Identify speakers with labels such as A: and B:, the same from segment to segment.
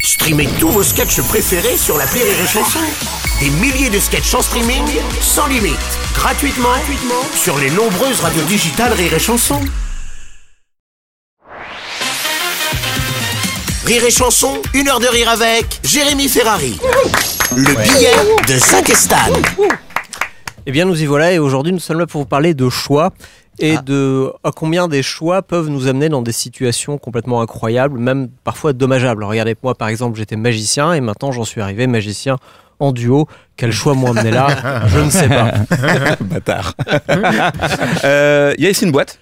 A: Streamez tous vos sketchs préférés sur la Rire et Chanson. Des milliers de sketchs en streaming, sans limite, gratuitement, gratuitement sur les nombreuses radios digitales Rire et Chanson. Rire et Chanson, une heure de rire avec Jérémy Ferrari. Le billet de Zach Estan.
B: Eh bien, nous y voilà et aujourd'hui, nous sommes là pour vous parler de choix et
C: Ah.
B: de à combien des choix peuvent nous amener dans des situations complètement incroyables, même parfois dommageables. Regardez, moi, par exemple, j'étais magicien et maintenant, j'en suis arrivé magicien en duo. Quel choix m'ont amené là Je ne sais pas.
D: Bâtard. Euh, Il y a ici une boîte.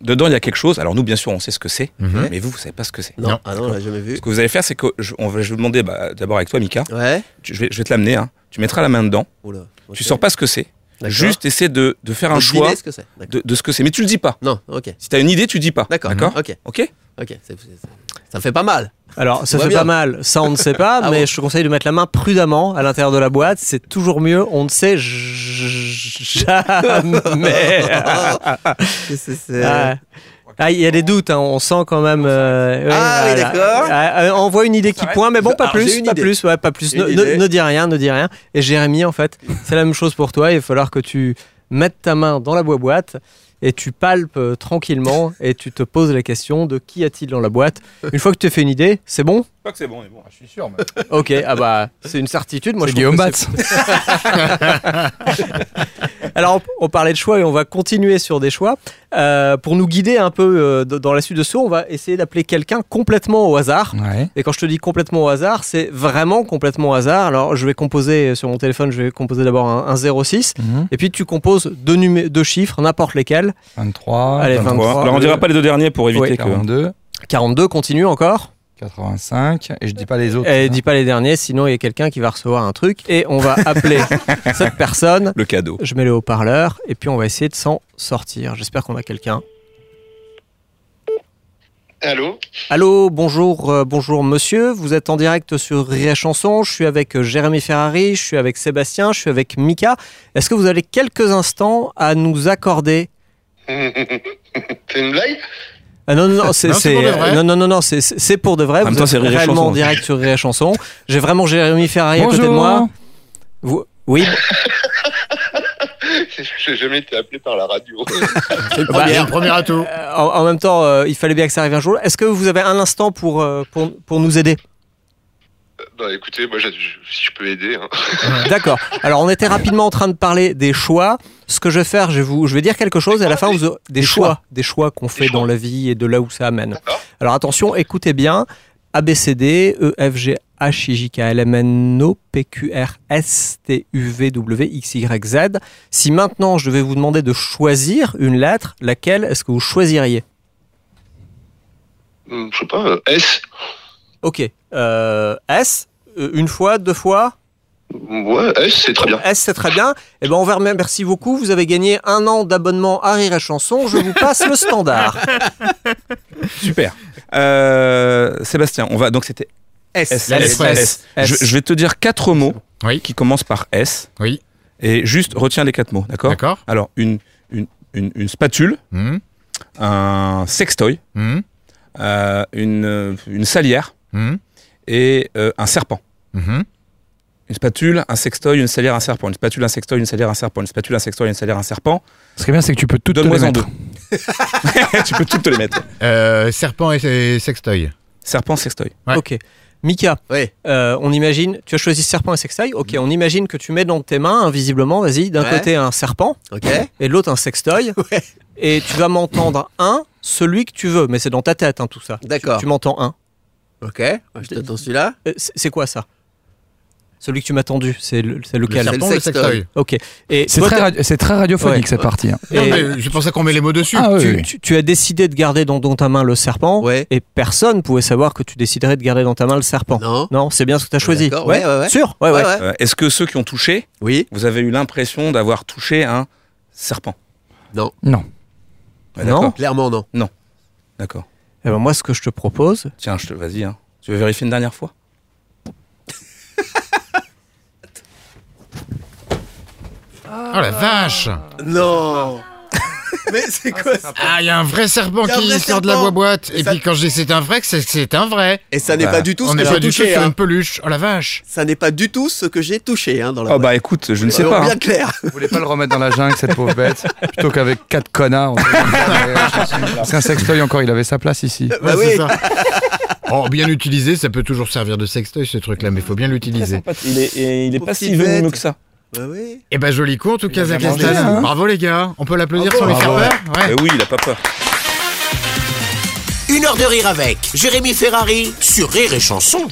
D: Dedans, il y a quelque chose. Alors, nous, bien sûr, on sait ce que c'est. Mais vous, vous savez pas ce que c'est.
B: Mhm. Non, ah non, on l'a jamais vu.
D: Ce que vous allez faire, c'est que je, on va, je vais vous demander, bah, d'abord avec toi, Mika,
B: Ouais.
D: tu- je, vais, je vais te l'amener. hein. Tu mettras la main dedans.
B: Oula.
D: Tu sors pas ce que c'est.
B: D'accord.
D: Juste essaie de, de faire un choix
B: ce que c'est. D'accord.
D: de, de ce que c'est. Mais tu le dis pas.
B: Non, ok.
D: Si t'as une idée, tu dis pas.
B: D'accord. Mhm. Ok.
D: Ok
B: Ok. Ça fait pas mal. Alors, ça
C: voit
B: fait
C: bien. Ah
B: pas mal. Ça, on ne sait pas, mais je te conseille de mettre la main prudemment à l'intérieur de la boîte. C'est toujours mieux. On ne sait j- jamais.
E: Oh.
B: Ah, Ah, il y a des doutes, hein, on sent quand même. euh, ouais,
C: Ah oui,
B: voilà.
C: d'accord.
B: Ah, euh, on voit une idée qui
D: s'arrête.
B: pointe, mais bon, pas
C: Alors, j'ai
B: plus,
C: une
B: pas
C: idée.
B: plus, ouais, pas plus.
C: Une
B: Ne, ne-
C: idée.
B: ne dis rien, ne dis rien. Et Jérémy, en fait, c'est la même chose pour toi. Il va falloir que tu mettes ta main dans la boîte et tu palpes euh, tranquillement et tu te poses la question de qui a-t-il dans la boîte. Une fois que tu as fait une idée, c'est bon
D: Pas que c'est bon, mais bon, je suis sûr.
B: Ok, ah bah, c'est une certitude. Moi, je trouve
F: Guillaume
B: que c'est- Alors, on, on parlait de choix et on va continuer sur des choix. Euh, pour nous guider un peu euh, d- dans la suite de ce, on va essayer d'appeler quelqu'un complètement au hasard.
F: Ouais.
B: Et quand je te dis complètement au hasard, c'est vraiment complètement au hasard. Alors, je vais composer euh, sur mon téléphone, je vais composer d'abord un, un 06. Et puis, tu composes deux, numé- deux chiffres, n'importe lesquels.
F: 23,
B: Allez,
F: 23,
B: 23.
D: Alors, on dira pas les deux derniers pour éviter
B: Ouais.
D: que.
F: 42,
B: 42, continue encore.
F: 85, et je dis pas les autres.
B: Et Eh, dis pas les derniers, sinon il y a quelqu'un qui va recevoir un truc. Et on va appeler cette personne.
D: Le cadeau.
B: Je mets le haut-parleur et puis on va essayer de s'en sortir. J'espère qu'on a quelqu'un.
G: Allô
B: Allô, bonjour, euh, bonjour monsieur. Vous êtes en direct sur Rire et Chanson. Je suis avec euh, Jérémy Ferrari, je suis avec Sébastien, je suis avec Mika. Est-ce que vous avez quelques instants à nous accorder
G: C'est une blague
B: Ah non, non, non, c'est,
C: Non, c'est pour de vrai.
B: euh, non, non, non, non, c'est, c'est- c'est pour de vrai.
D: En même
B: vous
D: temps,
B: êtes
D: c'est Rire et
B: réellement
D: Chanson.
B: en direct sur Rire et Chanson. J'ai vraiment Jérémy Ferrari à côté de moi. Vous- oui,
G: J'ai jamais été appelé par la radio.
C: C'est le
B: Bah,
C: premier,
B: et-
C: le premier atout.
B: euh, en, en même temps, euh, il fallait bien que ça arrive un jour. Est-ce que vous avez un instant pour, euh, pour, pour nous aider
G: bah écoutez, moi j'ai- si je peux aider. hein.
B: D'accord. Alors, on était rapidement en train de parler des choix. Ce que je vais faire, je vais, vous, je vais dire quelque chose et à la fin, vous aurez- des, choix, des choix qu'on fait
G: choix.
B: dans la vie et de là où ça amène.
G: D'accord.
B: Alors, attention, écoutez bien. A, B, C, D, E, F, G, H, I, J, K, L, M, N, O, P, Q, R, S, T, U, V, W, X, Y, Z. Si maintenant, je vais vous demander de choisir une lettre, laquelle est-ce que vous choisiriez
G: Hum, Je sais pas, euh, S
B: Ok. Euh, S, euh, une fois, deux fois
G: Ouais, S, c'est très bien.
B: S, c'est très bien. Eh ben, on vous remercie beaucoup. Vous avez gagné un an d'abonnement à Rire et Chanson. Je vous passe le standard.
D: Super. Euh, Sébastien, on va. Donc, c'était S.
C: La lettre S.
D: Je, je vais te dire quatre mots
C: Oui.
D: qui commencent par S.
C: Oui.
D: Et juste retiens les quatre mots, d'accord
C: D'accord.
D: Alors, une, une, une, une spatule,
C: Hum,
D: un sextoy,
C: hum,
D: euh, une, euh, une salière
C: hum,
D: et euh, un serpent.
C: hum.
D: Une spatule, un sextoy, une salière, un serpent. Une spatule, un sextoy, une salière, un serpent. Une spatule, un sextoy, une salière, un serpent.
F: Ce qui est bien, c'est que tu peux tout te
D: Donne-moi
F: les
D: en
F: mettre.
D: deux. tu peux toutes te les mettre.
C: Euh, serpent et, et sextoy.
D: Serpent, sextoy.
C: Ouais.
B: Ok. Mika,
C: Oui.
B: euh, on imagine, tu as choisi serpent et sextoy. Ok, on imagine que tu mets dans tes mains, invisiblement, vas-y, d'un
C: Ouais.
B: côté un serpent
C: Ok.
B: et de l'autre un sextoy.
C: Ouais.
B: Et tu vas m'entendre un, celui que tu veux, mais c'est dans ta tête, hein, tout ça.
H: D'accord.
B: Tu m'entends un.
H: Ok. Je t'attends celui-là.
B: Euh, c'est c'est quoi ça Celui que tu m'as tendu, c'est le- c'est lequel
H: serpent.
C: Serpent
H: le
C: et sextoy.
B: Ok. Et
F: C'est
B: toi,
F: très,
B: t'as-
F: radio- c'est très radiophonique
B: Ouais.
F: cette partie. hein.
H: Ah
C: Non,
B: et-
C: mais je pensais qu'on met les mots dessus.
F: Ah oui,
B: tu,
F: oui.
B: tu- tu as décidé de garder dans, dans ta main le serpent
H: Ouais.
B: et personne pouvait savoir que tu déciderais de garder dans ta main le serpent.
H: Non.
B: c'est bien ce que tu as choisi.
H: D'accord, ouais, ouais, ouais.
B: Sûr ouais, ouais.
D: Euh, Est-ce que ceux qui ont touché,
H: Oui.
D: vous avez eu l'impression d'avoir touché un serpent
H: Non.
F: Non.
D: Ouais,
B: Non.
D: D'accord.
H: Clairement non.
D: D'accord.
B: Eh ben, moi, ce que je te propose,
D: Tiens, je te vas-y. Hein. Tu veux vérifier une dernière fois
C: Oh la vache.
H: Non.
E: Mais c'est quoi ça
C: Ah, il y a un vrai serpent
E: Il y a un
C: qui
E: vrai
C: sort de la
E: serpent.
C: boîte. Et
E: Ça-
C: puis quand je dis c'est un vrai, c'est- c'est un vrai.
E: Et ça n'est
F: Bah,
E: pas du tout ce
C: On
E: que
C: n'est
E: j'ai
C: pas du tout
E: touché.
C: sur
E: hein.
C: une peluche. Oh la vache.
E: Ça n'est pas du tout ce que j'ai touché hein, dans la
D: Oh
E: boîte.
D: bah écoute, je ne sais
E: Soyons
D: pas. hein.
E: bien clair.
F: Vous voulez pas le remettre dans la jungle, cette pauvre bête Plutôt qu'avec quatre connards. on peut- Parce qu'un euh, sextoy encore, il avait sa place ici.
E: Bah
C: Ouais, c'est
E: oui.
C: ça. Oh, bien utilisé, ça peut toujours servir de sextoy ce truc-là, mais faut bien l'utiliser.
D: Il est, et il est
E: Pauvre
D: pas si
E: petite bête.
D: venu que ça.
E: Bah oui.
C: Eh ben joli coup en tout cas, Zach
F: mangé,
C: Lastel.
F: hein.
C: Bravo les gars, on peut
E: Ah
C: l'applaudir sans lui faire
F: Bravo,
C: peur Ouais.
D: Eh oui, il a pas peur.
A: Une heure de rire avec Jérémy Ferrari sur Rire et Chanson.